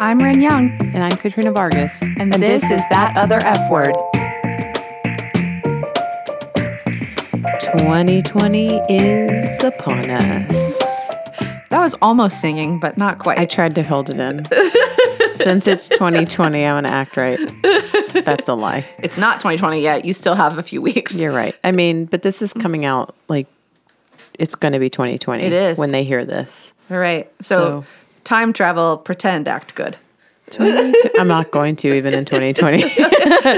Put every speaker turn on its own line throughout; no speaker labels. I'm Ren Young,
And I'm Katrina Vargas.
and, this, is That Other F Word.
2020 is upon us.
That was almost singing, but not quite.
I tried to hold it in. Since it's 2020, I'm going to act right. That's a lie.
it's not 2020 yet. You still have a few weeks.
You're right. I mean, but this is coming out like it's going to be 2020.
It is.
When they hear this.
All right. So,
So-
time travel, pretend, act good.
2020 I'm not going to even in 2020.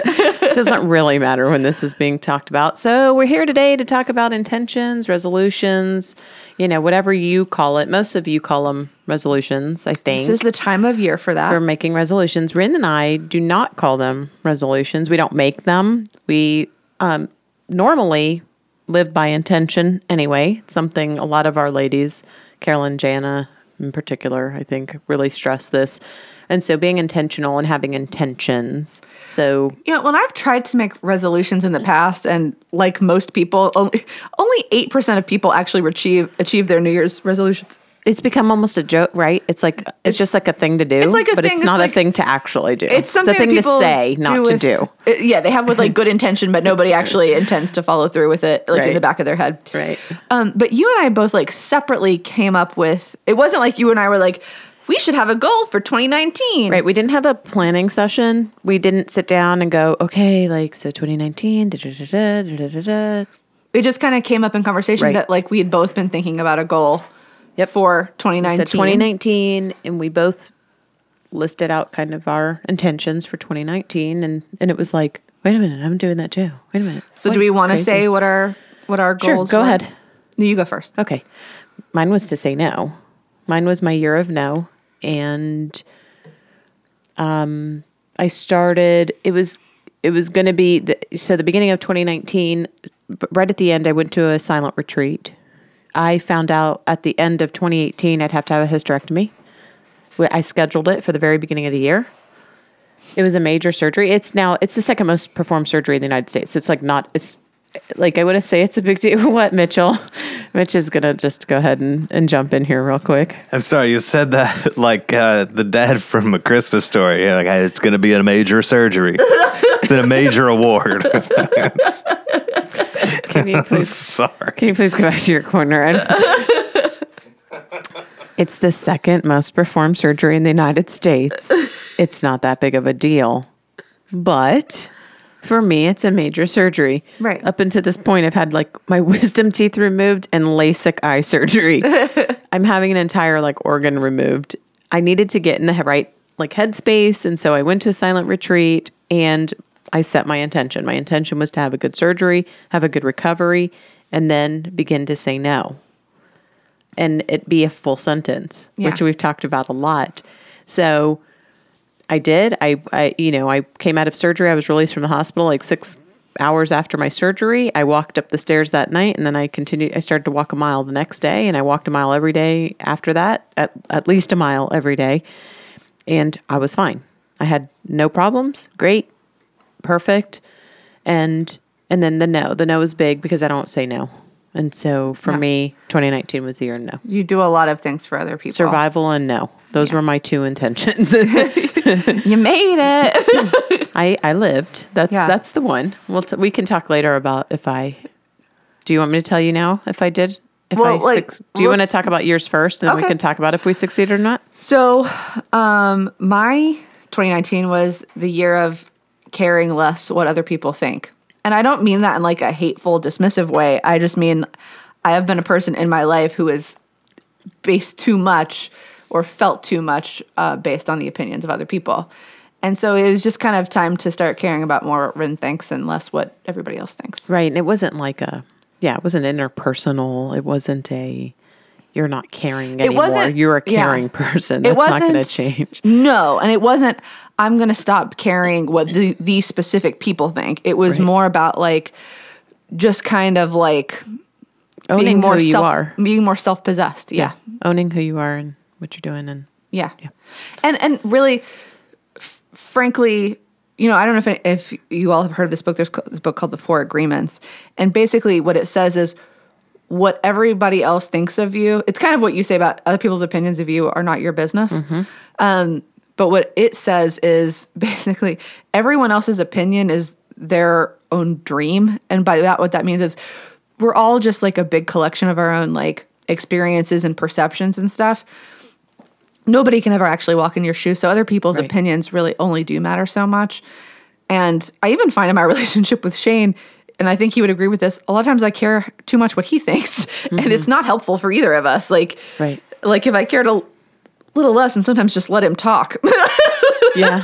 Doesn't really matter when this is being talked about. So we're here today to talk about intentions, resolutions, you know, whatever you call it. Most of you call them resolutions, I think.
This is the time of year for that.
for making resolutions. Rin and I do not call them resolutions. We don't make them. We um, normally live by intention anyway. It's something a lot of our ladies, Carolyn, Jana in particular, I think, really stress this. And so being intentional and having intentions. So
you know, when I've tried to make resolutions in the past, and like most people, only- only 8% of people actually achieve, achieve their New Year's resolutions.
it's become almost a joke, right? It's like it's, just like a thing to do. It's
like a
but
thing,
it's
it's
not
like-
a thing to actually do.
It's something
a thing
that
to
people
say, not
do
to
with-
do.
uh, Yeah, they have with like good intention, but nobody actually intends to follow through with it, like in
Right.
the back of their head.
Right.
Um, but you and I both like separately came up with. It wasn't like you and I were like, we should have a goal for 2019.
Right. We didn't have a planning session. We didn't sit down and go, okay, like, so 2019, da, da, da, da, da, da, da, da."
It just kind of came up in conversation
Right.
that like we had both been thinking about a goal
Yep.
for
So
2019.
2019, and we both listed out kind of our intentions for 2019. And, and it was like, wait a minute, I'm doing that too. Wait a minute.
So do
What?
we want to
Crazy.
say what our what our
Sure,
goals?
go
were?
ahead.
No, you go first.
Okay. Mine was to say no. Mine was my year of no. And um I started it was it was going to be the, so the beginning of 2019 b- right at the end I went to a silent retreat. I found out at the end of 2018 I'd have to have a hysterectomy. We- I scheduled it for the very beginning of the year. It was a major surgery. It's now it's the second most performed surgery in the United States. So it's like not it's like I want to say it's a big deal. what Mitchell? Mitch is gonna just go ahead and, and jump in here real quick.
I'm sorry, you said that like uh, the dad from A Christmas Story. You're like, "Hey, it's going to be a major surgery. It's, it's in a major award.
Can you please
sorry.
can you please go back to your corner? And- it's the second most performed surgery in the United States. It's not that big of a deal, but. For me, it's a major surgery.
Right.
Up until this point, I've had like my wisdom teeth removed and LASIK eye surgery. I'm having an entire like organ removed. I needed to get in the he- right like headspace, and so I went to a silent retreat and I set my intention. My intention was to have a good surgery, have a good recovery, and then begin to say no, and it be a full sentence,
Yeah.
which we've talked about a lot. So I did. I, I, you know, I came out of surgery. I was released from the hospital like six hours after my surgery. I walked up the stairs that night, and then I continued. I started to walk a mile the next day, and I walked a mile every day after that, at at least a mile every day, and I was fine. I had no problems. Great, perfect, and and then the no. The no is big because I don't say no, and so for me, 2019 was the year of no
You do a lot of things for other people.
survival and no. Those were my two intentions.
You made it.
I I lived. That's
Yeah.
that's the one. We'll t- we can talk later about if I. Do you want me to tell you now if I did? If
Well,
I
like,
suc- do you want to
let's-
talk about yours first, and then
Okay.
we can talk about if we succeed or not?
So, um, my 2019 was the year of caring less what other people think. And I don't mean that in like a hateful, dismissive way. I just mean I have been a person in my life who is based too much or felt too much uh, based on the opinions of other people. And so it was just kind of time to start caring about more what Rin thinks and less what everybody else thinks.
Right, and it wasn't like a yeah, it wasn't interpersonal. It wasn't a you're not caring anymore.
wasn't-
you're a
yeah.
caring person. That's not going to change.
No, and it wasn't. I'm going to stop caring what the, these specific people think. It was
Right.
more about like just kind of like
Owning
more
who you
self,
are.
being more self possessed. Yeah.
owning who you are and what you're doing, and
yeah, and and really, f- frankly. You know, I don't know if, if you all have heard of this book. There's co- this book called The Four Agreements. And basically, what it says is what everybody
Mm-hmm.
else thinks of you. It's kind of what you say about other people's opinions of you are not your business. Um, But what it says is basically everyone else's opinion is their own dream. And by that, what that means is we're all just like a big collection of our own like experiences and perceptions and stuff. Nobody can ever actually walk in your shoes. So other people's
Right.
opinions really only do matter so much. And I even find in my relationship with Shane, and I think he would agree with this, a lot of times I care too much what he thinks. And it's not helpful for either of us. Like,
Mm-hmm. Right.
like if I cared a little less and sometimes just let him talk,
Yeah.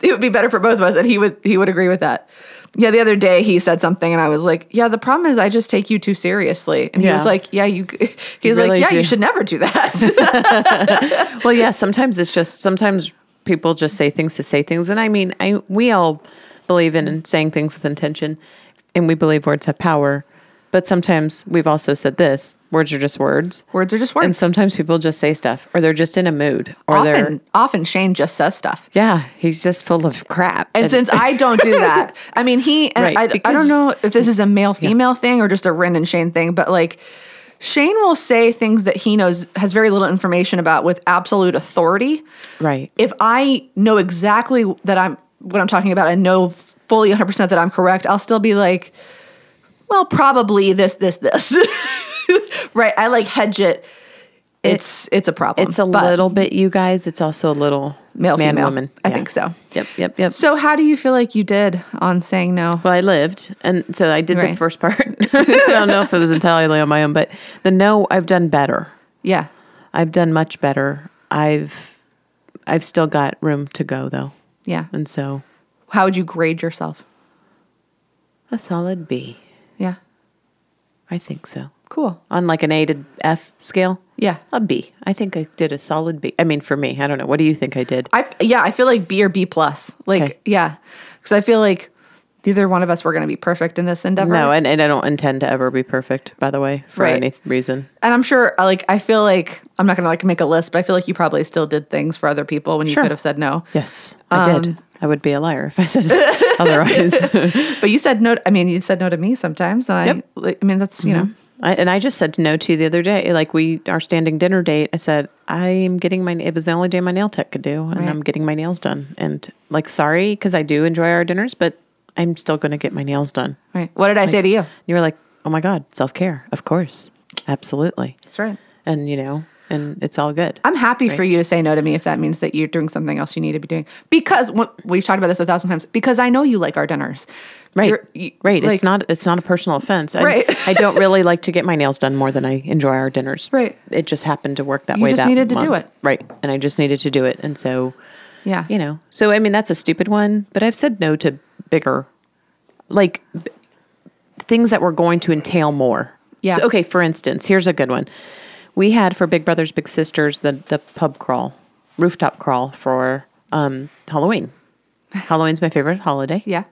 it would be better for both of us. And he would he would agree with that. Yeah, the other day he said something and I was like, "Yeah, the problem is I just take you too seriously." And he was
Yeah.
like, "Yeah, you." He's
really
like, "Yeah,
do.
you should never do that."
well, yeah, sometimes it's just sometimes people just say things to say things and I mean, I we all believe in saying things with intention and we believe words have power. But sometimes we've also said this, words are just words.
Words are just
And
words.
sometimes people just say stuff or they're just in a mood or they're
often, often Shane just says stuff.
yeah, he's just full of crap.
And since I don't do that, I mean, he, and
Right,
I, I
because-
don't know if this is a male female thing or just a Ren and Shane thing, but like Shane will say things that he knows has very little information about with absolute authority.
right.
If I know exactly that I'm what I'm talking about and know fully 100% that I'm correct, I'll still be like, well, probably this, this, this. right. I like hedge it. It's it's a problem.
It's a
But
little bit you guys, it's also a little
male
man
female.
woman.
I
Yeah.
think so.
Yep, yep, yep.
So how do you feel like you did on saying no?
Well, I lived, and so I did the
Right.
first part. I don't know if it was entirely on my own, but the no, I've done better.
Yeah.
I've done much better. I've I've still got room to go though,
Yeah.
and so
How would you grade yourself?
a solid B,
Yeah.
I think so.
Cool.
On like an A to F scale,
Yeah.
a B. I think I did a solid B. I mean, for me, I don't know. What do you think I did?
I yeah, I feel like B or B plus. Like
Okay.
yeah. Cuz I feel like neither one of us were going to be perfect in this endeavor.
no, and, and I don't intend to ever be perfect, by the way, for
Right.
any th- reason.
and I'm sure uh, like I feel like I'm not going to like make a list, but I feel like you probably still did things for other people when you
Sure.
could have said no.
Yes, I did. I would be a liar if I said otherwise.
But you said no I mean, you said no to me sometimes and
Yep. Mm-hmm.
I like, I mean, that's, you know.
I, and I just said no to you the other day. Like we, our standing dinner date, I said, I am getting my, it was the only day my nail tech could do and
Right.
I'm getting my nails done. And like, sorry, cause I do enjoy our dinners, but I'm still going to get my nails done.
Right. What did I say to you?
And you were like, oh my God, self care. Of course. Absolutely.
That's right.
And you know, and it's all good.
I'm happy for you to say no to me if that means that you're doing something else you need to be doing. Because wh- we've talked about this a thousand times. Because I know you like our dinners,
Right.
You're- you-
right.
like-
it's not, it's not a personal offense. I,
Right.
I don't really like to get my nails done more than I enjoy our dinners.
Right.
It just happened to work that
You
way.
just
that
needed to do
month.
it.
Right. And I just needed to do it. And so
Yeah,
you know so i mean that's a stupid one but i've said no to bigger like b- things that were going to entail more
Yeah.
So, okay for instance here's a good one we had for big brothers big sisters the the pub crawl rooftop crawl for um halloween halloween's my favorite holiday
yeah,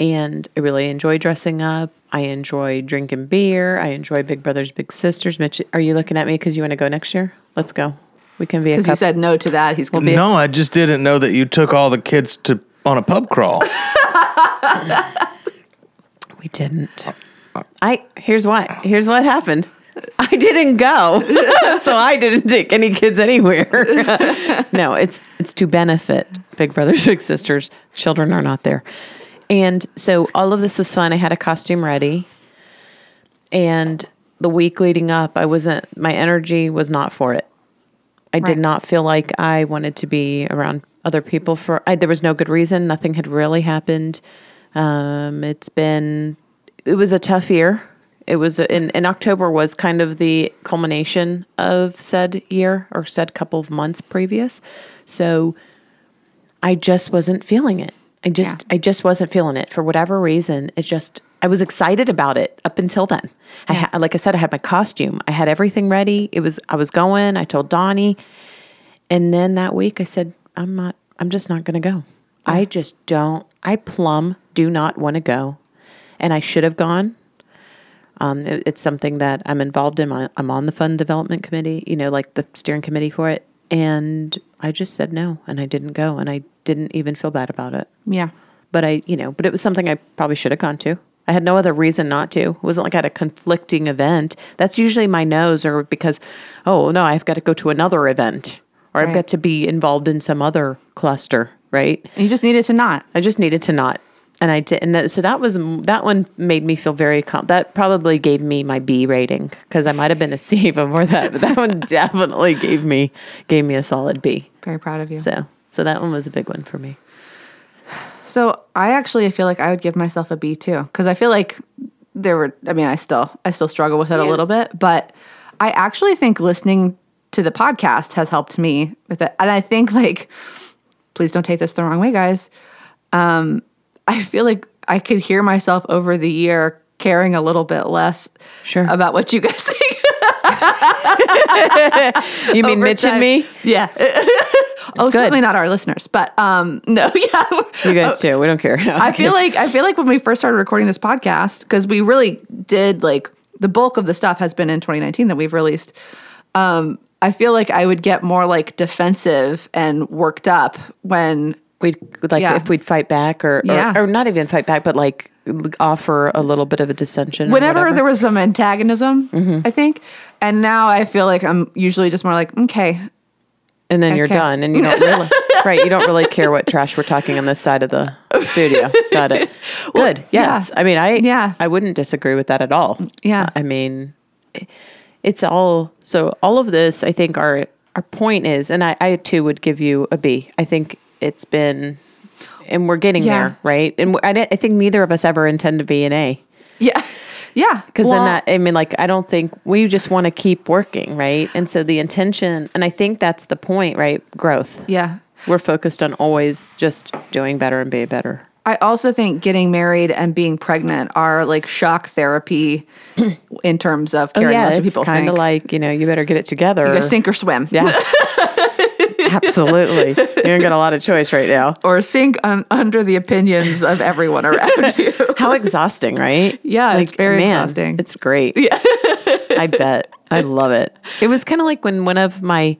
and I really enjoy dressing up. I enjoy drinking beer. I enjoy Big Brothers Big Sisters. Mitch, are you looking at me because you want to go next year? Let's go. We can be a
because
couple.
you said no to that. He's gonna be
No, I just didn't know that you took all the kids to on a pub crawl.
We didn't. I here's what here's what happened. I didn't go, so I didn't take any kids anywhere. no, it's it's to benefit Big Brothers Big Sisters. Children are not there, and so all of this was fun. I had a costume ready, and the week leading up, I wasn't. My energy was not for it. I
Right.
did not feel like I wanted to be around other people for. I, there was no good reason. Nothing had really happened. Um, it's been. It was a tough year. It was in in October was kind of the culmination of said year or said couple of months previous. So I just wasn't feeling it. I just
Yeah.
I just wasn't feeling it for whatever reason. It just I was excited about it up until then. I ha- like I said, I had my costume, I had everything ready. It was I was going. I told Donnie, and then that week I said, I'm not. I'm just not going to go. I just don't. I plumb do not want to go, and I should have gone. Um, it- it's something that I'm involved in. My, I'm on the fund development committee, you know, like the steering committee for it. And I just said no, and I didn't go, and I didn't even feel bad about it.
yeah,
But I, you know, but it was something I probably should have gone to. I had no other reason not to. It wasn't like I had a conflicting event. That's usually my no's, or because, oh no, I've got to go to another event or I've
Right.
got to be involved in some other cluster, right?
You just needed to not.
I just needed to not. And I did, and that, so that was that one made me feel very calm. That probably gave me my B rating because I might have been a C before that, but that one definitely gave me gave me a solid B.
Very proud of you. So,
So, so that one was a big one for me.
I actually feel like I would give myself a B too because I feel like there were. I mean, I still I still struggle with it a little bit, but I actually think listening to the podcast has helped me with it, and I think like, please don't take this the wrong way, guys. Um, I feel like I could hear myself over the year caring a little bit less
Sure.
about what you guys think.
You mean
over
Mitch and
time.
me?
Yeah. oh,
good.
certainly not our listeners, but um, no, yeah.
You guys too. We don't care. No,
Oh. I feel like I feel like when we first started recording this podcast, because we really did like the bulk of the stuff has been in 2019 that we've released. Um, I feel like I would get more like defensive and worked up when
we'd like
Yeah.
if we'd fight back or, or
Yeah.
or not even fight back, but like offer a little bit of a dissension. or
whenever
whatever. Mm-hmm.
there was some antagonism, I think. And now I feel like I'm usually just more like, okay,
and then you're
Okay.
done, and you don't really right. You don't really care what trash we're talking on this side of the studio. Got it. Good. yes.
yeah.
I mean, I
Yeah.
I wouldn't disagree with that at all.
Yeah.
I mean, it's all so all of this. I think our our point is, and I I too would give you a B. I think it's been. And we're getting
Yeah.
there, right? And I, don't- I think neither of us ever intend to be an A.
yeah, yeah,
Because
Well,
then that, I mean, like, I don't think we just want to keep working, right? And so the intention, and I think that's the point, right? Growth.
yeah.
We're focused on always just doing better and being better.
I also think getting married and being pregnant are like shock therapy in terms of caring less for
Oh, it's
people
kind
think.
of like, you know, you better get it together.
you go sink or swim.
yeah. Absolutely. You ain't got a lot of choice right now.
Or sink un- under the opinions of everyone around you.
How exhausting, right?
Yeah, it's very exhausting.
It's great. Yeah. I bet. I love it. It was kind of like when one of my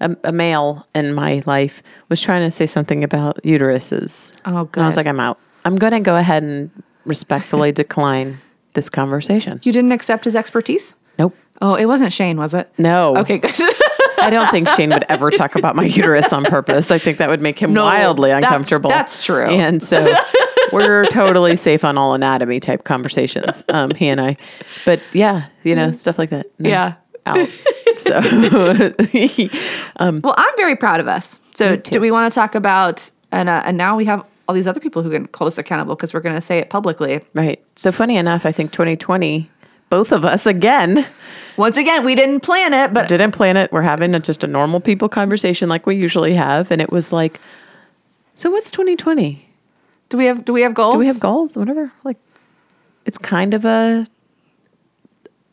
um, a, a male in my life was trying to say something about uteruses.
Oh,
And I was
good.
like, I'm out. I'm going to go ahead and respectfully decline this conversation.
You didn't accept his expertise?
Nope.
Oh, it wasn't Shane, was it?
No.
Okay, good.
I don't think Shane would ever talk about my uterus on purpose. I think that would make him
No,
wildly
that's-
uncomfortable.
that's true.
And so we're totally safe on all anatomy type conversations, um, he and I. But yeah, you know, stuff like that. No,
Yeah.
Out. So
well, I'm very proud of us. So, do we want to talk about, and, uh, and now we have all these other people who can hold us accountable because we're going to say it publicly.
right. So funny enough, I think 2020, both of us again
Once again, we didn't plan it, but
didn't plan it. We're having a, just a normal people conversation like we usually have, and it was like, so what's 2020?
do we have do we have goals?
Do we have goals? Whatever. Like, it's kind of a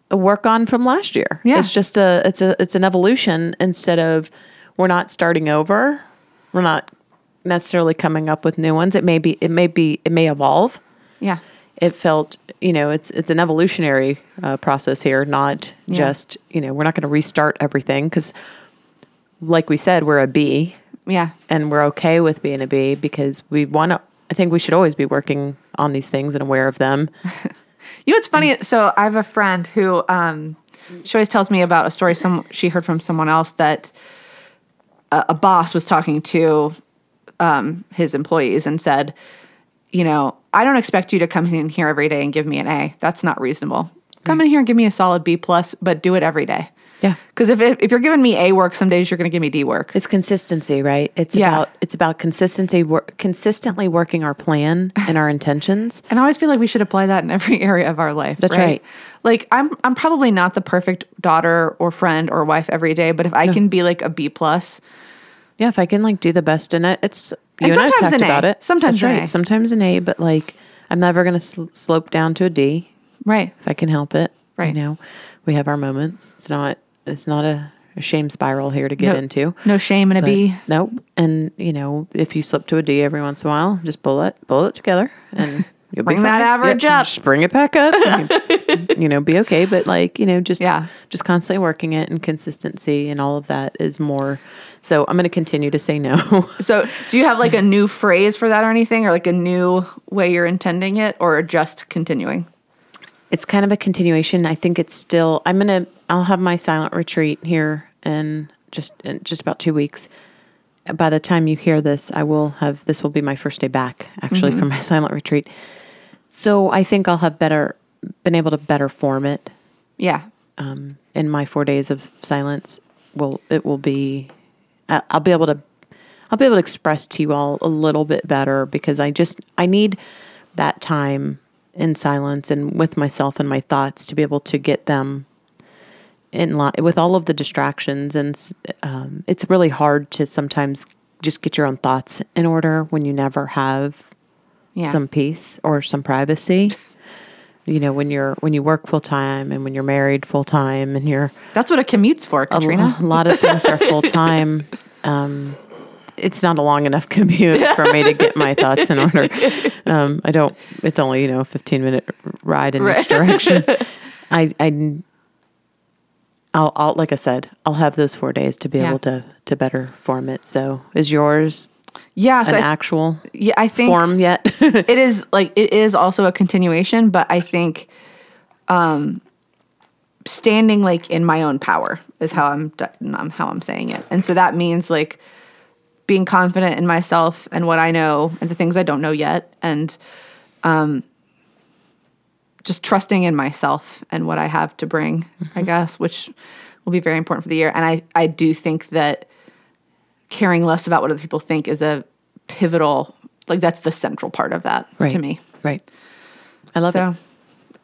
a work on from last year.
Yeah.
It's just a it's a it's an evolution instead of we're not starting over. We're not necessarily coming up with new ones. It may be it may be it may evolve.
Yeah.
It felt you know it's it's an evolutionary uh, process here, not
Yeah.
just you know we're not going to restart everything because, like we said, we're a B
Yeah.
and we're okay with being a B because we want to. I think we should always be working on these things and aware of them.
You know, it's funny. So I have a friend who um, she always tells me about a story some she heard from someone else that a, a boss was talking to um, his employees and said, you know, I don't expect you to come in here every day and give me an A. That's not reasonable. Come in here and give me a solid B plus, but do it every day.
Yeah.
Because if, if if you're giving me A work, some days you're going to give me D work.
It's consistency, right? It's
Yeah.
about it's about consistency, wor- consistently working our plan and our intentions.
And I always feel like we should apply that in every area of our life.
That's right.
Like I'm I'm probably not the perfect daughter or friend or wife every day, but if I can be like a B plus,
Yeah, if I can like do the best in it, it's you
And
and, I've
sometimes an
talked
A.
about it.
Sometimes
That's
an
right.
A.
sometimes an A, but like I'm never going to sl- slope down to a D
right?
if I can help it.
Right.
You know, we have our moments. It's not it's not a, a shame spiral here to get
No-
into.
No shame in a
But
B.
Nope. And you know, if you slip to a D every once in a while, just pull it, pull it together, and you'll
Bring
be
that
fine.
average up.
Just bring it back up. and you, you know, be okay. But like you know, just
Yeah.
just constantly working it and consistency and all of that is more. So I'm going to continue to say no.
So do you have like a new phrase for that or anything, or like a new way you're intending it, or just continuing?
it's kind of a continuation. I think it's still. I'm gonna. I'll have my silent retreat here in just in just about two weeks. By the time you hear this, I will have this will be my first day back actually from my silent retreat. So I think I'll have better been able to better form it
Yeah.
um, in my four days of silence will it will be I- i'll be able to i'll be able to express to you all a little bit better because i just i need that time in silence and with myself and my thoughts to be able to get them in line with all of the distractions and s- um, it's really hard to sometimes just get your own thoughts in order when you never have
Yeah.
some peace or some privacy. you know, when you're when you work full time and when you're married full time and you're
That's what a commute's for,
a,
Katrina.
Oh. a lot of things are full time. Um, it's not a long enough commute for me to get my thoughts in order. Um, I don't. It's only you know a fifteen minute ride in each direction. I I. I'll, I'll like I said, I'll have those four days to be
Yeah.
able to to better form it. So is yours
yeah. So
an
I,
actual
yeah, I think
form yet?
it is like it is also a continuation, but I think um standing like in my own power is how I'm d- um, how I'm saying it. And so that means like being confident in myself and what I know and the things I don't know yet and um just trusting in myself and what I have to bring, I guess, which will be very important for the year. And I I do think that caring less about what other people think is a pivotal like that's the central part of that to me
Right. I love
so
it.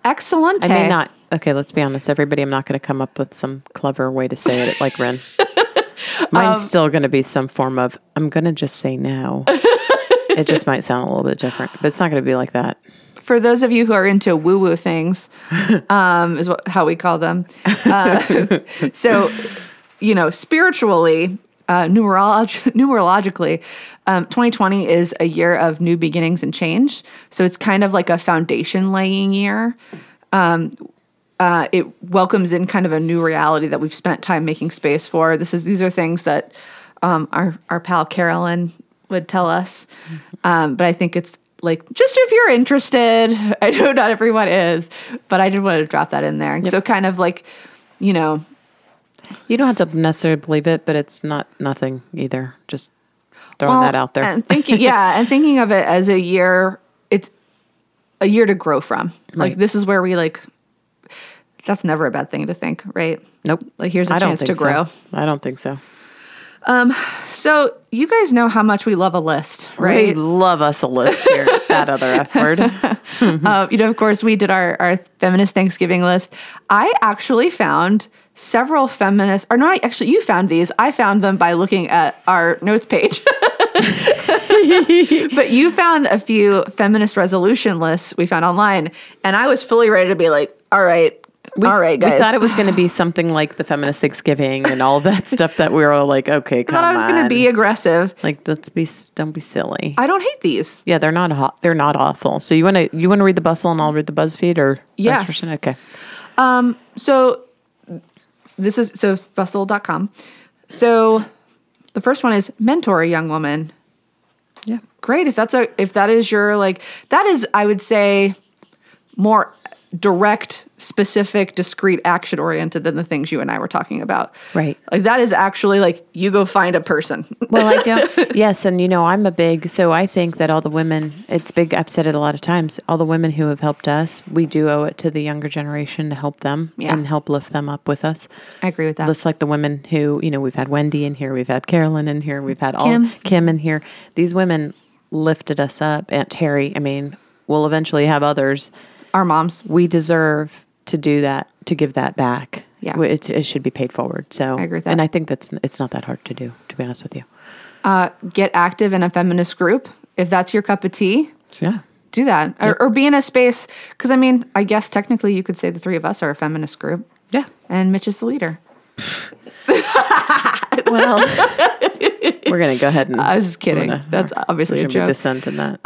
excellent
I may not. Okay, let's be honest, everybody. I'm not going to come up with some clever way to say it like Ren.
Um,
Mine's still going to be some form of, I'm going to just say no. it just might sound a little bit different, but it's not going to be like that.
for those of you who are into woo woo things um is what, how we call them Uh, so you know spiritually uh numerolog- numerologically um, 2020 is a year of new beginnings and change so it's kind of like a foundation laying year uh, it welcomes in kind of a new reality that we've spent time making space for. This is these are things that um, our our pal Carolyn would tell us,
Mm-hmm.
um, but I think it's like just if you're interested. I know not everyone is, but I did want to drop that in there. So kind of like, you know,
You don't have to necessarily believe it, but it's not nothing either. Just throwing
Well,
that out there.
And thinking, yeah, and thinking of it as a year, it's a year to grow from. Like
Right.
this is where we like. That's never a bad thing to think, right?
nope.
Like here's a
I don't
chance to
think so.
grow.
I don't think so.
So you guys know how much we love a list, right?
We love us a list here. that other F word.
Uh, you know, of course, we did our, our feminist Thanksgiving list. I actually found several feminist, or no, I- actually, you found these. I found them by looking at our notes page. but you found a few feminist resolution lists we found online, and I was fully ready to be like, all right, all right, guys.
We thought it was going to be something like the feminist Thanksgiving and all that stuff that we were all like, okay,
I
come
thought I was going
on.
to be aggressive.
like, let's be s- don't be silly.
I don't hate these.
yeah, they're not hot. They're not awful. So you want to you want to read the bustle and I'll read the BuzzFeed or vice
Yes.
versa? okay.
So this is so bustle.com. So the first one is mentor a young woman.
Yeah,
Great. If that's a if that is your like that is I would say more direct, specific, discrete, action oriented than the things you and I were talking about.
right.
Like that is actually like you go find a person.
Well, I don't. yes, and you know, I'm a big. So I think that all the women, it's big. I've said it a lot of times. All the women who have helped us, we do owe it to the younger generation to help them
Yeah.
and help lift them up with us.
I agree with that.
Just like the women who, you know, we've had Wendy in here, we've had Carolyn in here, we've had all
Kim.
Kim in here. These women lifted us up. Aunt Terry, I mean, we'll eventually have others.
Our moms.
We deserve to do that, to give that back.
Yeah.
We- It, it should be paid forward. So
I agree with
And
that.
I think that's it's not that hard to do, to be honest with you.
Uh, get active in a feminist group. If that's your cup of tea,
Yeah.
do that or, or be in a space because i mean i guess technically you could say the three of us are a feminist group
Yeah.
and mitch is the leader
Well, we're going to go ahead and.
i was just kidding that's obviously a
there's
joke Um,
gonna be dissent in that.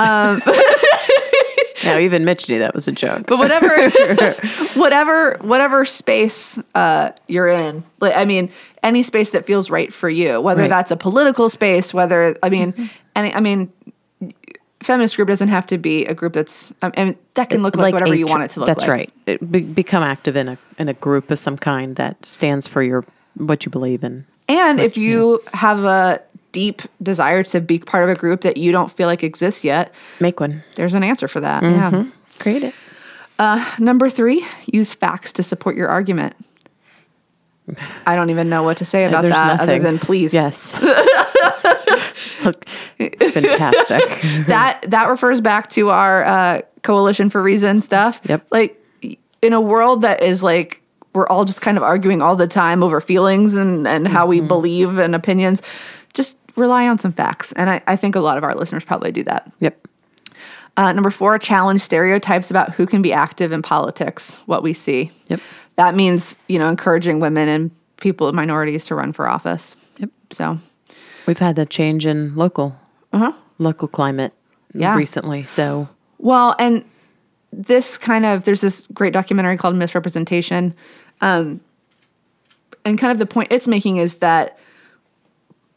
no, even Mitch knew that was a joke.
but whatever whatever whatever space uh, you're in like, i mean any space that feels right Mm-hmm. for you whether
Right.
that's a political space whether i mean any i mean feminist group doesn't have to be a group that's i mean that can look like,
a
whatever you
tr-
want it to look
that's
like
right. It- be- become active in a in a group of some kind that stands for your what you believe in.
And if you have a deep desire to be part of a group that you don't feel like exists yet,
Make one.
there's an answer for that. Yeah.
Create it.
Number three, use facts to support your argument. I don't even know what to say about
Uh, There's
that other
nothing.
than please.
Yes. Look, Fantastic.
that that refers back to our uh, coalition for reason stuff.
Yep.
Like in a world that is like we're all just kind of arguing all the time over feelings and and how
Mm-hmm.
we believe and opinions. Just rely on some facts, and I, I think a lot of our listeners probably do that.
Yep.
Uh, number four, challenge stereotypes about who can be active in politics. What we see.
Yep.
That means you know encouraging women and people of minorities to run for office. Yep. So
We've had the change in local, local climate
Uh-huh. Yeah.
recently. So
Well, and this kind of there's this great documentary called Misrepresentation, um, and kind of the point it's making is that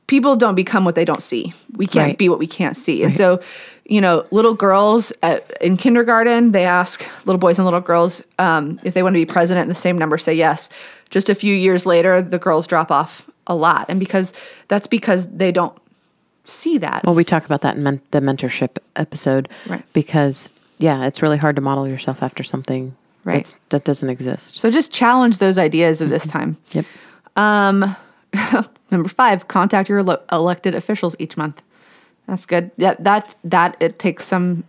people don't become what they don't see. We can't
Right.
be what we can't see, and so you know, little girls at, in kindergarten they ask little boys and little girls um, if they want to be president, and the same number say yes. Just a few years later, the girls drop off a lot, and because that's because they don't see that.
Well, we talk about that in men- the mentorship episode,
Right.
Because yeah, it's really hard to model yourself after something
Right.
that's, that doesn't exist.
So just challenge those ideas of this time.
Mm-hmm.
Um,
Yep.
Number five, contact your lo- elected officials each month. That's good. Yeah, that that it takes some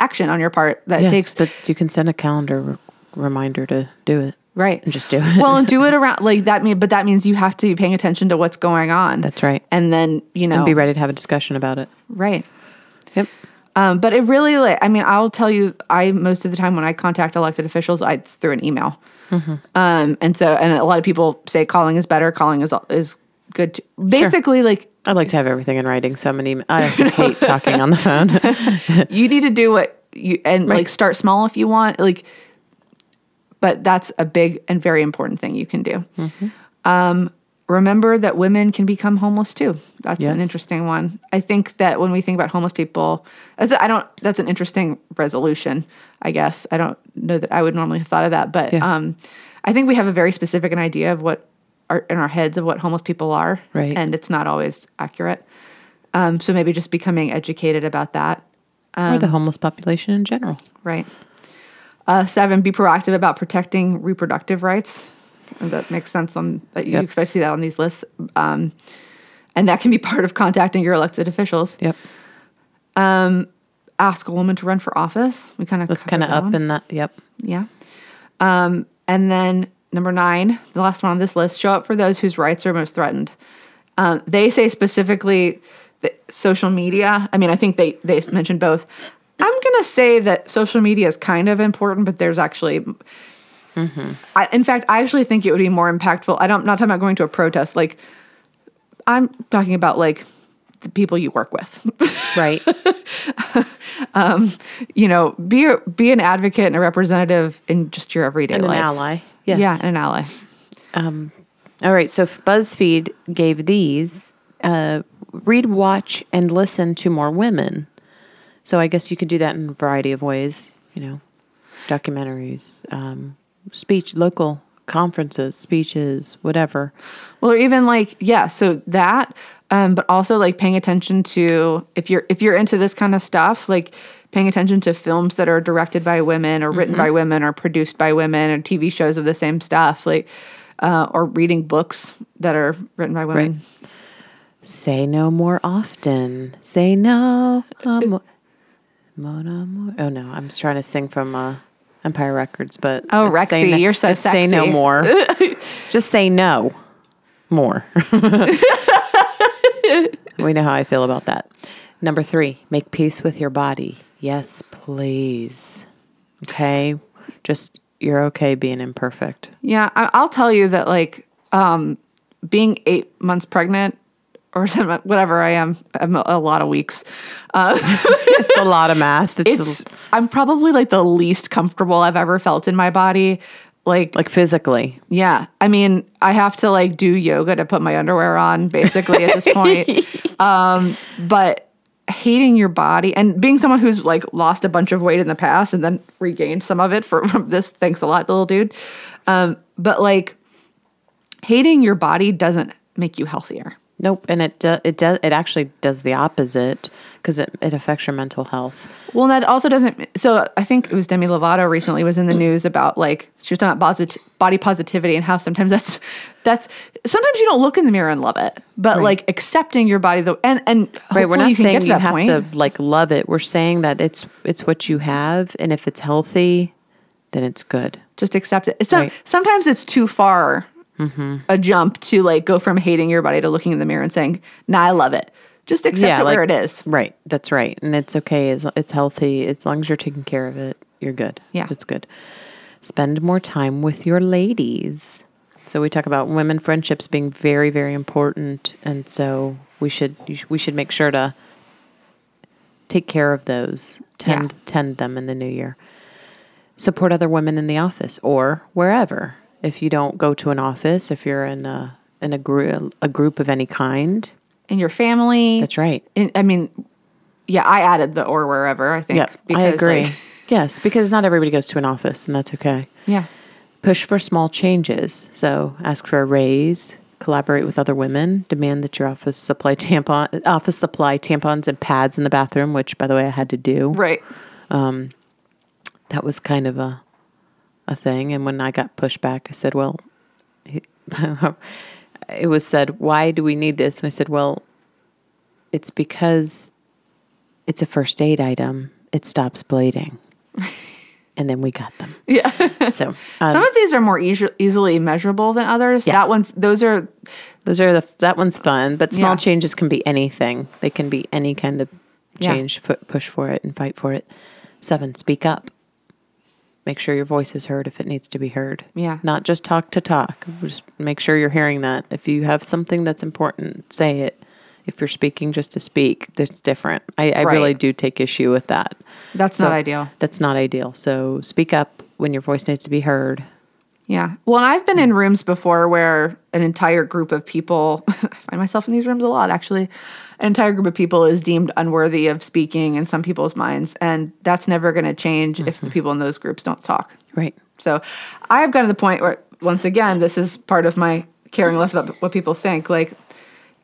action on your part. That
Yes,
takes
that you can send a calendar re- reminder to do it.
right.
and just do it.
Well, and do it around like that. Mean, but that means you have to be paying attention to what's going on.
That's right.
And then you know,
And be ready to have a discussion about it.
right.
Yep.
Um, but it really, like, I mean, I'll tell you, I most of the time when I contact elected officials, I it's through an email. Um, and so, and a lot of people say calling is better. Calling is is good. Too. Basically, like
I'd like to have everything in writing, so I'm an email. I also hate talking on the phone.
you need to do what you and like start small if you want like but that's a big and very important thing you can do
Mm-hmm.
um, remember that women can become homeless too that's an
Yes.
interesting one i think that when we think about homeless people that's i don't that's an interesting resolution i guess i don't know that i would normally have thought of that but
Yeah.
um, i think we have a very specific an idea of what are in our heads of what homeless people are
Right.
and it's not always accurate um, so maybe just becoming educated about that
or
Um,
the homeless population in general.
Right. Uh, seven, be proactive about protecting reproductive rights. And that makes sense on that you
Yep.
expect to see that on these lists. Um, and that can be part of contacting your elected officials.
Yep.
Ask a woman to run for office. We kind of
That's kind of up in that. Yep.
yeah. Um, and then number nine, the last one on this list, show up for those whose rights are most threatened. Um, they say specifically that social media. I mean, I think they they mentioned both. I'm gonna say that social media is kind of important, but there's actually.
Mm-hmm.
I, in fact, I actually think it would be more impactful. I don't, I'm not talking about going to a protest. Like, I'm talking about like the people you work with.
Right.
you know, be a, be an advocate and a representative in just your everyday
an
life.
ally. Yes.
Yeah, and an ally.
All right. So if BuzzFeed gave these uh, read, watch, and listen to more women. So I guess you could do that in a variety of ways, you know, documentaries, um, speech, local conferences, speeches, whatever.
Well, or even like yeah, so that, um, but also like paying attention to if you're if you're into this kind of stuff, like paying attention to films that are directed by women or written by women or produced by women or TV shows of the same stuff, like uh, or reading books that are written by women.
Say no more often. Say no. Um, Mona Moore. Oh no, I'm just trying to sing from uh, Empire Records, but
Oh,
it's say
Rexy,
no-
you're so
it's Say no
sexy.
more. just say no more. we know how I feel about that. Number three, make peace with your body. Yes, please. Okay, just you're okay being imperfect.
Yeah, I, I'll tell you that like um, being eight months pregnant or some, whatever I am, I'm a, a lot of weeks.
It's a lot of math. It's,
It's I'm probably like the least comfortable I've ever felt in my body. Like,
like physically.
yeah, I mean, I have to like do yoga to put my underwear on basically at this point. Um, but hating your body and being someone who's like lost a bunch of weight in the past and then regained some of it for, from this, thanks a lot, little dude. Um, but like hating your body doesn't make you healthier.
Nope, and it do, it does it actually does the opposite because it, it affects your mental health.
Well, that also doesn't. So I think it was Demi Lovato recently was in the news about like she was talking about posit- body positivity and how sometimes that's that's sometimes you don't look in the mirror and love it, but like accepting your body the and and
Right,
hopefully
we're not
you can get
saying
to
you
that
have
point.
to like love it. We're saying that it's it's what you have, and if it's healthy, then it's good.
just accept it. It's not-
Right. Mm-hmm.
Sometimes it's too far a jump to like go from hating your body to looking in the mirror and saying, "Nah, I love it." Just accept it where it
like-
is.
Right, that's right, and it's okay. It's, it's healthy as long as you're taking care of it. You're good.
Yeah.
it's good. Spend more time with your ladies. So we talk about women friendships being very very important, and so we should you sh- we should make sure to take care of those, tend tend them in the new year. Support other women in the office or wherever. If you don't go to an office, if you're in a in a, gr- a group of any kind,
In your family.
that's right.
In, I mean, yeah, I added the or wherever. I think.
Yeah, I agree.
like,
yes, because not everybody goes to an office, and that's okay.
yeah.
Push for small changes. So ask for a raise. Collaborate with other women. Demand that your office supply tampon office supply tampons and pads in the bathroom. Which, by the way, I had to do.
Right.
That was kind of a a thing. And when I got pushed back, I said, "Well, it was said, why do we need this?" And I said, "Well, it's because it's a first aid item. It stops bleeding." and then we got them.
Yeah.
So um,
Some of these are more easi- easily measurable than others.
Yeah.
That one's those are
those are the that one's fun, but small
Yeah.
changes can be anything. They can be any kind of
Yeah.
change. Fu- push for it and fight for it. Seven, speak up. Make sure your voice is heard if it needs to be heard.
Yeah.
not just talk to talk. Just make sure you're hearing that. If you have something that's important, say it. If you're speaking just to speak, that's different. I, I really
Right.
do take issue with that.
that's not ideal.
That's not ideal. So speak up when your voice needs to be heard.
Yeah. Well, I've been in rooms before where an entire group of people, I find myself in these rooms a lot actually, an entire group of people is deemed unworthy of speaking in some people's minds. And that's never going to change if
Mm-hmm.
the people in those groups don't talk.
Right.
So I have gotten to the point where, once again, this is part of my caring less about what people think. Like,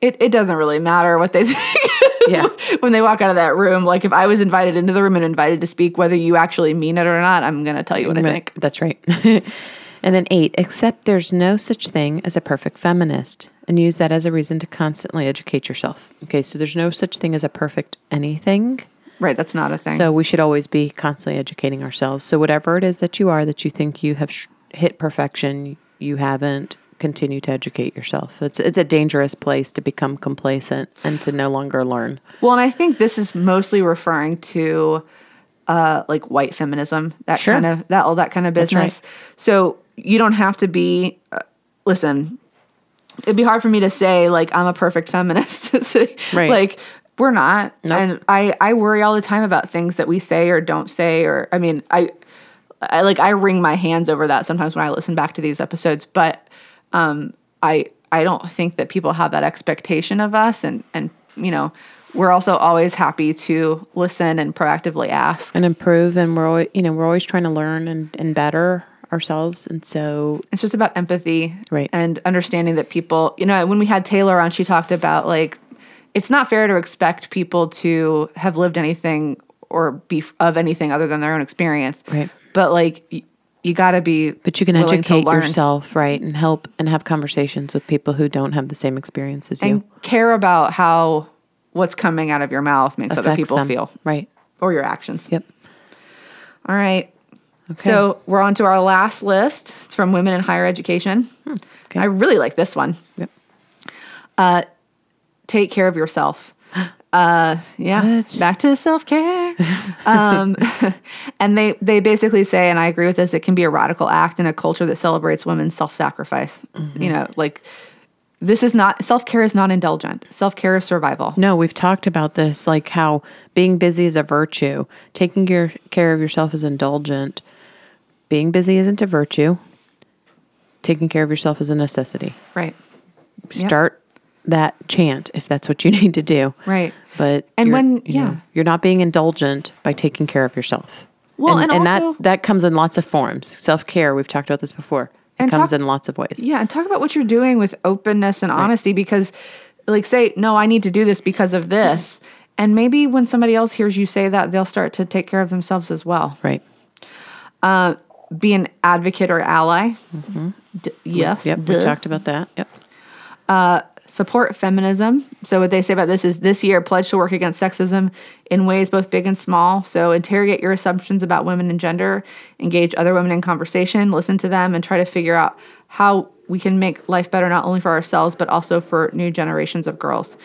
it, it doesn't really matter what they think.
Yeah.
when they walk out of that room, like if I was invited into the room and invited to speak, whether you actually mean it or not, I'm going to tell you what I
Right.
think.
That's right. and then eight, accept there's no such thing as a perfect feminist and use that as a reason to constantly educate yourself. Okay, so there's no such thing as a perfect anything.
Right. That's not a thing.
So we should always be constantly educating ourselves. So whatever it is that you are that you think you have sh- hit perfection, you haven't continue to educate yourself. It's it's a dangerous place to become complacent and to no longer learn.
Well, and I think this is mostly referring to uh, like white feminism, that
Sure.
kind of that all that kind of
right.
business. So you don't have to be. Uh, listen, it'd be hard for me to say like I'm a perfect feminist. So,
Right.
Like we're not,
Nope.
and I I worry all the time about things that we say or don't say, or I mean I. I like I wring my hands over that sometimes when I listen back to these episodes, but I I don't think that people have that expectation of us and and you know we're also always happy to listen and proactively ask
and improve and we're always, you know we're always trying to learn and, and better ourselves and so
it's just about empathy
Right.
and understanding that people you know when we had taylor on she talked about like it's not fair to expect people to have lived anything or be f- of anything other than their own experience
Right.
but like y- you got to be
but you can
willing to
educate
learn
yourself right and help and have conversations with people who don't have the same experience as
and
you
care about how what's coming out of your mouth makes other
Affects
people
them.
feel
right
or your actions
yep
All right. So we're on to our last list. It's from Women in Higher Education.
Hmm, okay.
I really like this one. Uh,
Yep.
Take care of yourself. Uh, yeah,
What?
back to self care. Um, and they they basically say, and I agree with this. It can be a radical act in a culture that celebrates women's self sacrifice.
Mm-hmm.
You know, like this is not self care is not indulgent. Self care is survival.
no we've talked about this like how being busy is a virtue taking your, care of yourself is indulgent being busy isn't a virtue taking care of yourself is a necessity
Right. Yep.
start that chant if that's what you need to do
Right.
but
And
you're-
when-
you know,
yeah.
you're not being indulgent by taking care of yourself
Well, and
that
also-
that comes in lots of forms self-care we've talked about this before
And
comes
talk-
in lots of ways.
Yeah, and talk about what you're doing with openness and honesty because like say, no, I need to do this because of this. And maybe when somebody else hears you say that, they'll start to take care of themselves as well.
Right.
Be an advocate or ally. D- yes.
Mm-hmm. Yep.
duh.
We talked about that. Yep.
Support feminism. So what they say about this is this year pledge to work against sexism in ways both big and small. So interrogate your assumptions about women and gender, engage other women in conversation, listen to them, and try to figure out how we can make life better not only for ourselves but also for new generations of girls.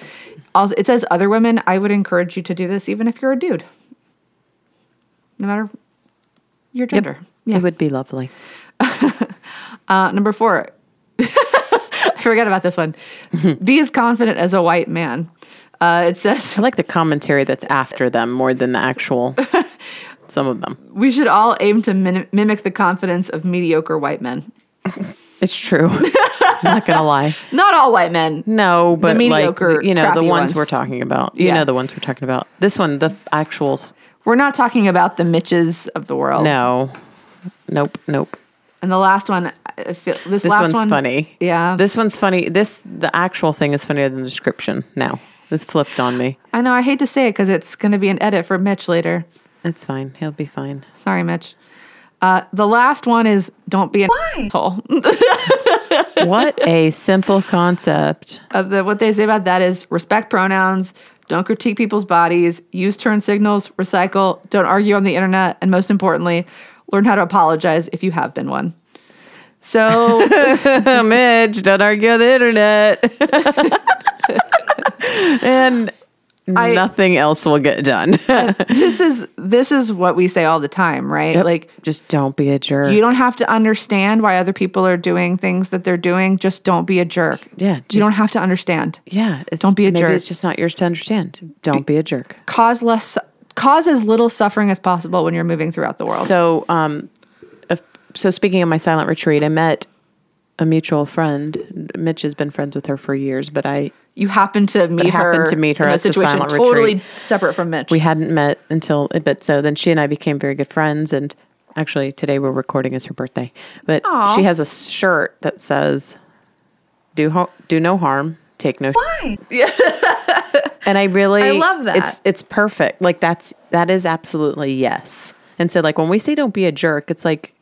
Also, it says other women. I would encourage you to do this even if you're a dude, no matter your gender.
It would be lovely.
Uh, number four. I forgot about this one. Be as confident as a white man. Uh, it says
I like the commentary that's after them more than the actual. some of them.
we should all aim to min- mimic the confidence of mediocre white men.
It's true. I'm not gonna lie.
Not all white men.
No, but
mediocre,
like you know the
crappy
ones,
ones.
we're talking about. You
Yeah.
know the ones we're talking about. This one, the actual. s-
We're not talking about the Mitches of the world.
No, nope, nope.
And the last one, I feel, this,
This
last
one's
one,
funny.
Yeah.
This one's funny. This the actual thing is funnier than the description. Now this flipped on me.
I know. I hate to say it because it's going to be an edit for Mitch later.
It's fine. He'll be fine.
Sorry, Mitch. Uh, the last one is don't be an asshole.
What a simple concept.
Uh, the, what they say about that is respect pronouns, don't critique people's bodies, use turn signals, recycle, don't argue on the internet, and most importantly, learn how to apologize if you have been one. So,
Oh, Midge, don't argue on the internet. and
I-
nothing else will get done.
this is this is what we say all the time, right? Like
just don't be a jerk.
you don't have to understand why other people are doing things that they're doing, just don't be a jerk.
Yeah,
you
just-
don't have to understand.
yeah, it's,
Don't be a
maybe
jerk.
It's just not yours to understand. Don't be a jerk.
Cause less cause as little suffering as possible when you're moving throughout the world.
So, um, if- so speaking of my silent retreat, I met a mutual friend. Mitch has been friends with her for years, but I
you happen to meet her
happened to meet her
in a
at the
situation
silent
totally
retreat.
separate from Mitch.
we hadn't met until but so then she and I became very good friends and actually today we're recording is her birthday. But
Aw.
she has a shirt that says do ho- do no harm, take no Why? and I really
I love that.
It's it's perfect. Like that's that is absolutely yes. And so like when we say don't be a jerk, it's like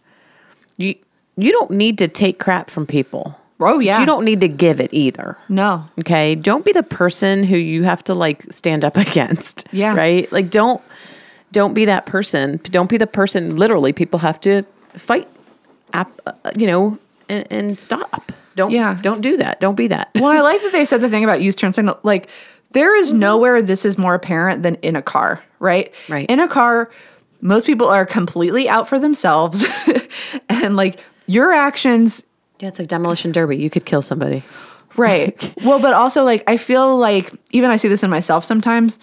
you you don't need to take crap from people.
Oh,
But
yeah.
You don't need to give it either.
no.
Okay. Don't be the person who you have to like stand up against.
Yeah.
Right. Like don't don't be that person. Don't be the person. Literally, people have to fight. Up, uh, you know, and, and stop. Don't.
Yeah.
Don't do that. Don't be that.
Well, I like that they said the thing about use turn signal. Like, there is nowhere this is more apparent than in a car, right?
Right.
In a car, most people are completely out for themselves, and like your actions,
Yeah, it's like demolition derby. You could kill somebody.
right? well, but also like I feel like even I see this in myself sometimes.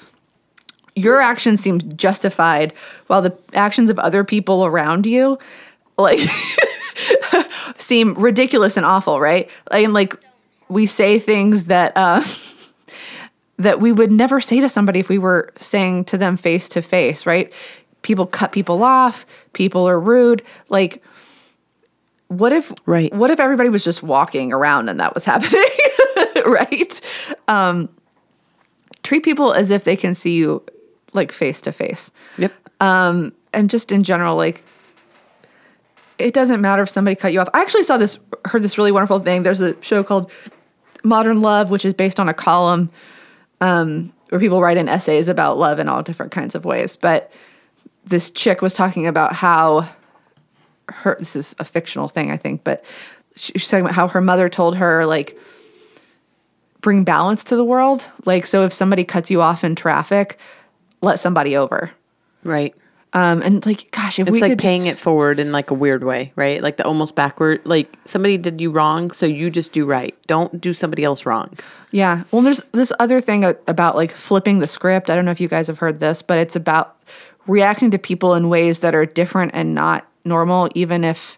Your action seems justified, while the actions of other people around you, like, seem ridiculous and awful, right? And like, we say things that. Uh, that we would never say to somebody if we were saying to them face to face, right? People cut people off, people are rude. Like what if
Right.
what if everybody was just walking around and that was happening? right? Um treat people as if they can see you like face to face.
Yep.
Um and just in general like it doesn't matter if somebody cut you off. I actually saw this heard this really wonderful thing. There's a show called Modern Love which is based on a column um, where people write in essays about love in all different kinds of ways. But this chick was talking about how her this is a fictional thing, I think, but she, she's talking about how her mother told her like bring balance to the world. Like so if somebody cuts you off in traffic, let somebody over.
Right.
Um and like gosh, if
It's
we
like
could
paying
just,
it forward in like a weird way, right? Like the almost backward. Like somebody did you wrong, so you just do right. Don't do somebody else wrong.
Yeah. Well, there's this other thing a- about like flipping the script. I don't know if you guys have heard this, but it's about reacting to people in ways that are different and not normal, even if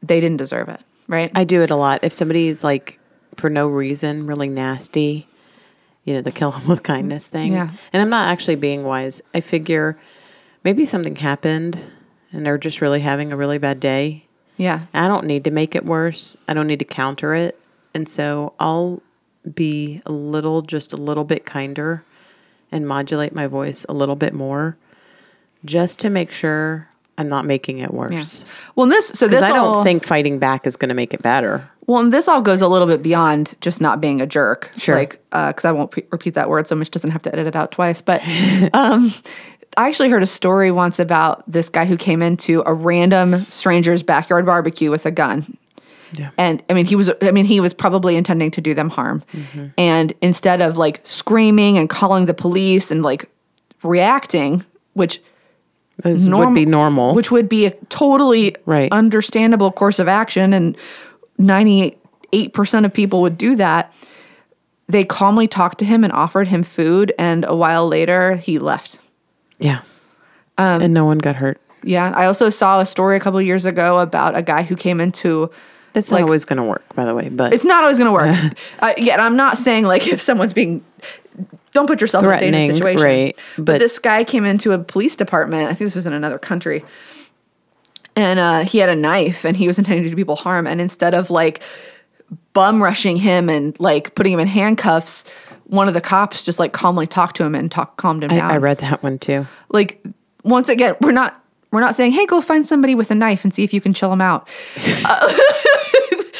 they didn't deserve it. Right.
I do it a lot. If somebody's like for no reason really nasty, you know, the kill them with kindness thing.
Yeah.
And I'm not actually being wise. I figure maybe something happened and they're just really having a really bad day.
Yeah.
I don't need to make it worse. I don't need to counter it. And so I'll be a little, just a little bit kinder and modulate my voice a little bit more just to make sure I'm not making it worse.
Well, and this so this
Because I don't
all-
think fighting back is going to make it better.
Well, and this all goes a little bit beyond just not being a jerk.
Sure.
Like, because I won't pre- repeat that word so Mitch doesn't have to edit it out twice. But um, I actually heard a story once about this guy who came into a random stranger's backyard barbecue with a gun.
Yeah.
And I mean, he was, I mean, he was probably intending to do them harm. And instead of like screaming and calling the police and like reacting, which
This would
norm-
be normal.
which would be a totally
Right.
understandable course of action, and ninety eight percent of people would do that. They calmly talked to him and offered him food, and a while later he left.
yeah. and no one got hurt.
Yeah, I also saw a story a couple years ago about a guy who came into.
That's not always going to work, by the way. But
It's not always going to work. uh, yet I'm not saying like if someone's being, don't put yourself in a dangerous
Threatening,
situation.
right,
But,
but-
this guy came into a police department. I think this was in another country. and uh, he had a knife and he was intending to do people harm. And instead of like bum rushing him and like putting him in handcuffs, one of the cops just like calmly talked to him and talk, calmed him
I,
down.
I read that one too.
like once again, we're not we're not saying hey, go find somebody with a knife and see if you can chill him out.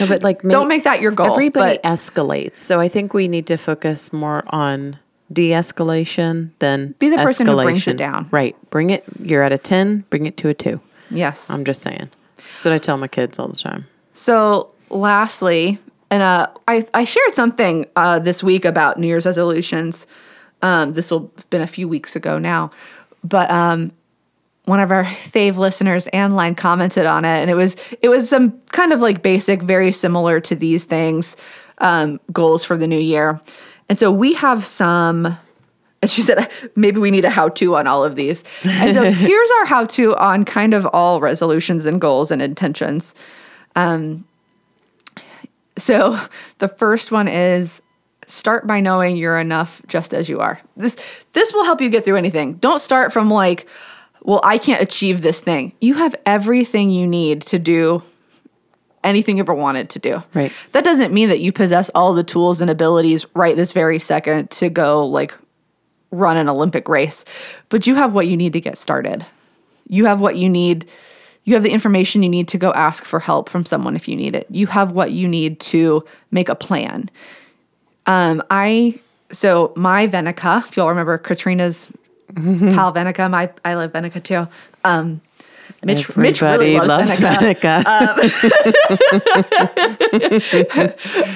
No, but like,
Don't make that your goal.
Everybody
but-
escalates, so I think we need to focus more on de-escalation than
Be the person who brings it
escalation.
down.
Right, bring it. You're at a ten. Bring it to a two.
yes,
I'm just saying. That's what I tell my kids all the time.
So, lastly, and uh, I, I shared something uh, this week about New Year's resolutions. Um, this will have been a few weeks ago now, but um, one of our fave listeners, Anline, commented on it, and it was it was some kind of like basic, very similar to these things, um, goals for the new year. And so we have some. And she said, maybe we need a how to on all of these. And so here's our how to on kind of all resolutions and goals and intentions. So the first one is start by knowing you're enough just as you are. This this will help you get through anything. Don't start from like, well, I can't achieve this thing. You have everything you need to do anything you ever wanted to do.
Right.
That doesn't mean that you possess all the tools and abilities right this very second to go like run an Olympic race, but you have what you need to get started. You have what you need. You have the information you need to go ask for help from someone if you need it. You have what you need to make a plan. Um, I so my Venica, if y'all remember Katrina's pal Venica, my I love Venica too. Um, Mitch, Mitch really loves, Venica.
Venica.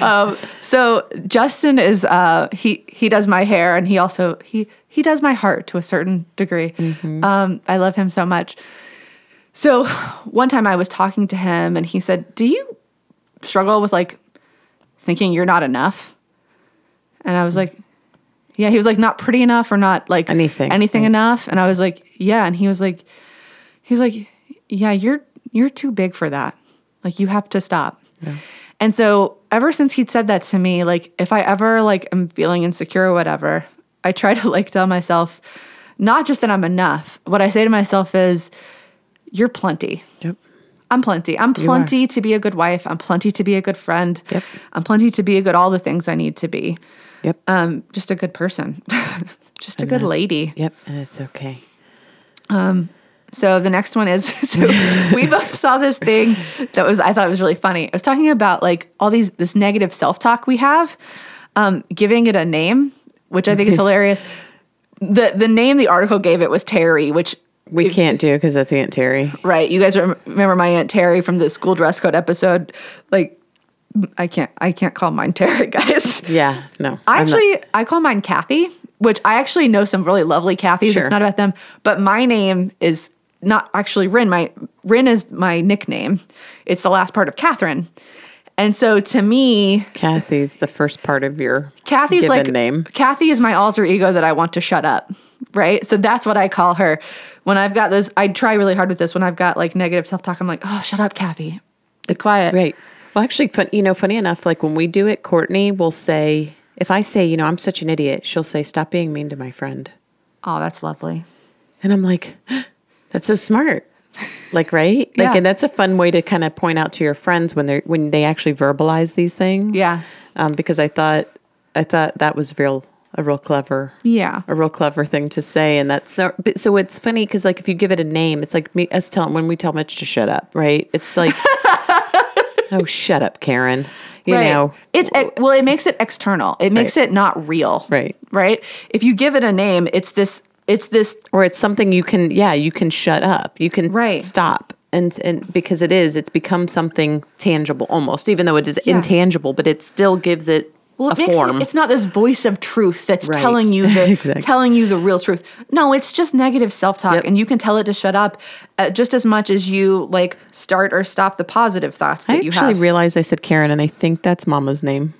Um, So Justin is uh he he does my hair and he also he he does my heart to a certain degree. Um I love him so much. So one time I was talking to him and he said, "Do you struggle with like thinking you're not enough?" And I was like, "Yeah." He was like, "Not pretty enough or not like
Anything.
anything enough." And I was like, "Yeah." And he was like he was like, "Yeah, you're you're too big for that. Like you have to stop." And so ever since he'd said that to me, like if I ever like am feeling insecure or whatever, I try to like tell myself not just that I'm enough. What I say to myself is you're plenty.
Yep.
I'm plenty. I'm plenty to be a good wife. I'm plenty to be a good friend.
Yep.
I'm plenty to be a good all the things I need to be.
Yep.
Um just a good person. just a good lady.
Yep. And it's okay.
So the next one is so we both saw this thing that was I thought it was really funny. It was talking about like all these this negative self talk we have, um, giving it a name, which I think is hilarious. The the name the article gave it was Terry, which
We can't do because that's Aunt Terry.
right you guys rem- remember my aunt Terry from the school dress code episode? Like I can't I can't call mine Terry, guys.
Yeah. No.
I
I'm not-
actually I call mine Kathy, which I actually know some really lovely Kathys.
Sure.
It's not about them, but my name is not actually Rin. My Rin is my nickname. It's the last part of Catherine, and so to me,
Kathy's the first part of your
Kathy's
given
like
name.
Kathy is my alter ego that I want to shut up, right? So that's what I call her. When I've got this, I try really hard with this. When I've got like negative self talk, I'm like, oh, shut up, Kathy. Be quiet.
Right. Well, actually, fun, you know, funny enough, like when we do it, Courtney will say, if I say, you know, I'm such an idiot, she'll say, stop being mean to my friend.
Oh, that's lovely.
And I'm like, that's so smart. Like right? Like
Yeah.
and that's a fun way to kind of point out to your friends when they're when they actually verbalize these things.
Yeah.
Um, because I thought I thought that was real a real clever
Yeah.
a real clever thing to say and that's so but, so it's funny because like if you give it a name it's like me us telling when we tell mitch to shut up right it's like oh shut up karen you
right.
know
it's well, it makes it external. It makes it not real.
Right.
Right. If you give it a name, it's this. It's this.
or it's something you can yeah you can shut up you can
Right.
stop and and because it is it's become something tangible almost even though it is
Yeah.
intangible but it still gives it
Well, it
a
makes
form
It, it's not this voice of truth that's
Right.
telling you the
Exactly.
telling you the real truth. No, it's just negative self talk,
Yep.
and you can tell it to shut up, uh, just as much as you like start or stop the positive thoughts that
i
you
actually
have.
realized i said karen and i think that's mama's name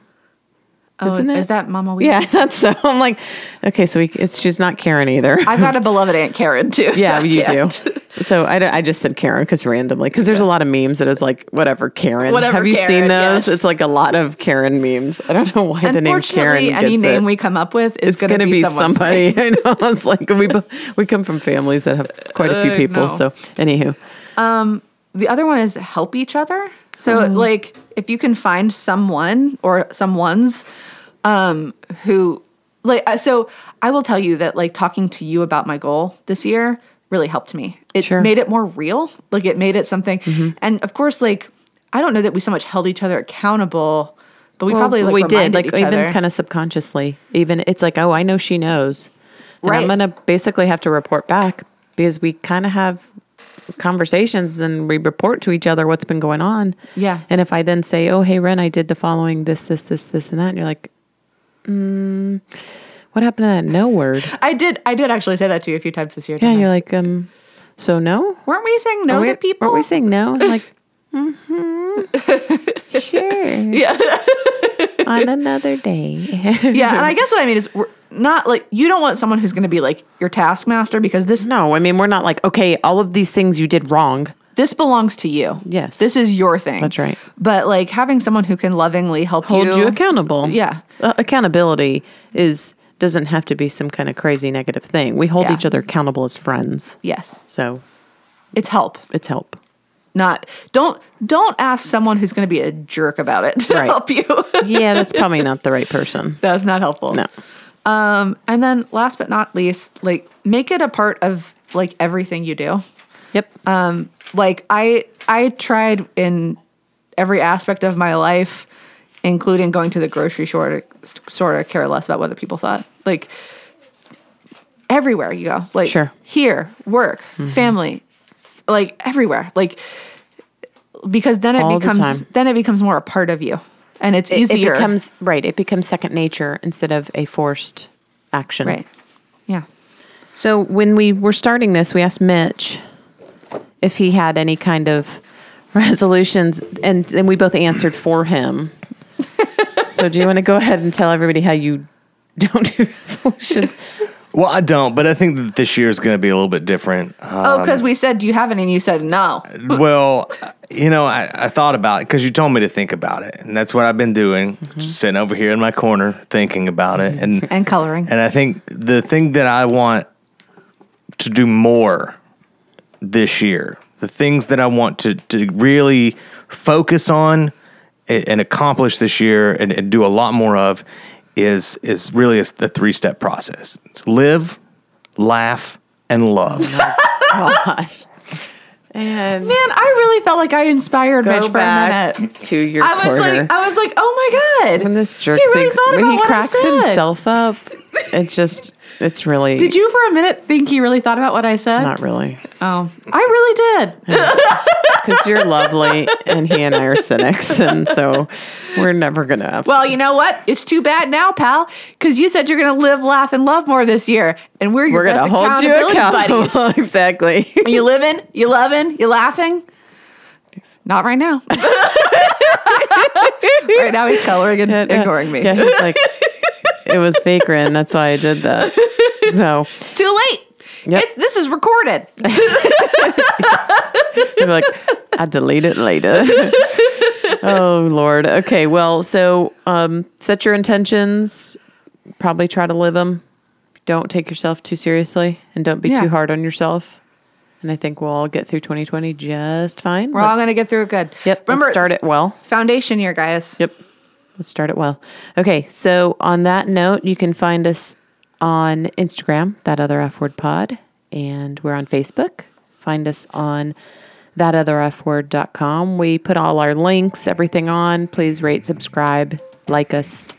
oh,
isn't it?
is that Mama? Weed?
yeah that's so i'm like okay so we, it's she's not karen either
I've got a beloved Aunt Karen too.
Yeah,
so I
you
can't.
do. So I, don't- I just said Karen because randomly because there's a lot of memes that is like whatever Karen.
Whatever
Have you seen
Karen, yes.
those? It's like a lot of Karen memes. I don't know why the name Karen.
Unfortunately,
Gets
any name
it.
we come up with is
it's
going to be, someone's name.
somebody. I know. It's like we bo- we come from families that have quite a few
Uh,
people.
no.
So anywho,
The other one is help each other. So,
Mm-hmm.
like, if you can find someone or someone's um, who, like, uh, so I will tell you that, like, talking to you about my goal this year really helped me. It
Sure. Mm-hmm.
made it more real. Like, it made it something. And of course, like, I don't know that we so much held each other accountable, but we probably like,
we did
reminded
like
each
even
other.
kind of subconsciously. Even it's like oh I know she knows, and
Right.
I'm gonna basically have to report back because we kind of have conversations and we report to each other what's been going on.
Yeah.
And if I then say, "Oh, hey, Ren, I did the following this, this, this, this, and that," and you're like, mm, "What happened to that no word?"
I did. I did actually say that to you a few times this year.
Yeah,
didn't
and
I?
you're like, "Um, so no."
weren't we saying
Are
no
we,
to people?
Aren't we saying no? And like, mm-hmm, sure. Yeah. On another day.
yeah, and I guess what I mean is we're not like you don't want someone who's going to be like your taskmaster because this
no, I mean we're not like okay, all of these things you did wrong.
this belongs to you.
Yes.
this is your thing.
That's right.
But like having someone who can lovingly help
Hold
you,
you accountable.
Yeah.
Uh, accountability is doesn't have to be some kind of crazy negative thing. We hold
Yeah.
each other accountable as friends.
Yes,
So
it's help.
it's help.
Not don't don't ask someone who's going to be a jerk about it to
Right.
help you.
Yeah, that's probably not the right person.
That's not helpful.
No.
Um, and then last but not least, like make it a part of like everything you do.
Yep.
um, like I I tried in every aspect of my life, including going to the grocery store to sort of care less about what other people thought. Like everywhere you go, like
Sure. Mm-hmm.
here, work, family, like everywhere, like because then it
All the
becomes
time.
then it becomes more a part of you, and it's
it
easier.
becomes right. It becomes second nature instead of a forced action.
right, yeah.
So when we were starting this, we asked Mitch if he had any kind of resolutions, and then we both answered for him. so do you want to go ahead and tell everybody how you don't do resolutions?
Well, I don't, but I think that this year is going to be a little bit different. Uh,
Oh, because we said, "Do you have any?" And you said, "No."
well, you know, I, I thought about it because you told me to think about it, and that's what I've been doing, just sitting over here in my corner thinking about it, and
And coloring.
And I think the thing that I want to do more this year, the things that I want to, to really focus on and, and accomplish this year and, and do a lot more of is is really is the three step process. It's live, laugh, and love.
Oh, Gosh. And
Man, I really felt like I inspired
go
Mitch for
back
a minute.
to your
I was
corner.
like, I was like, oh my god!
when this jerk
he really
thinks-
thought
when
about
he
what
cracks
I said.
himself up, it's just it's really
Did you for a minute think he really thought about what I said?
not really
Oh, I really did.
because you're lovely and he and I are cynics, and so we're never gonna. Have
Well, you know what? It's too bad now, pal, because you said you're going to live, laugh, and love more this year, and we're your
we're
best
gonna hold you
accountability
accountable
buddies.
exactly.
Are you living? You loving? You laughing? Not right now. right now he's coloring and ignoring me.
Yeah, he's like it was Fakrin. That's why I did that. So
It's too late.
Yep.
It's, this is recorded.
They'd be like, I delete it later. oh Lord. Okay. Well, so um, set your intentions. Probably try to live them. Don't take yourself too seriously, and don't be
Yeah.
too hard on yourself. And I think we'll all get through 2020 just fine.
We're all going to get through it good.
Yep.
Remember,
Remember, let's start it well.
foundation year, guys.
Yep. Let's start it well. Okay. So, on that note, you can find us on Instagram, that other F word pod, and we're on Facebook. Find us on that other F word.com. We put all our links, everything on. Please rate, subscribe, like us,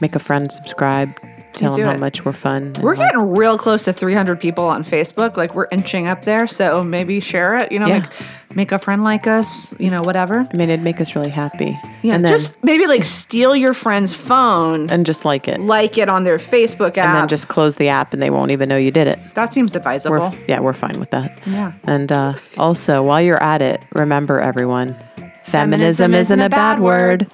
make a friend subscribe, tell
do
them how
it.
much we're fun. and
We're
all-
getting real close to 300 people on Facebook. Like we're inching up there. So maybe share it, you know,
Yeah.
like make a friend like us, you know, whatever.
I mean, it'd make us really happy.
Yeah.
and then,
just maybe like steal your friend's phone,
and just like it.
like it on their Facebook app.
and then just close the app and they won't even know you did it.
that seems advisable.
We're, yeah, we're fine with that.
Yeah.
And uh, also, while you're at it, remember everyone, feminism,
Feminism
isn't a bad word.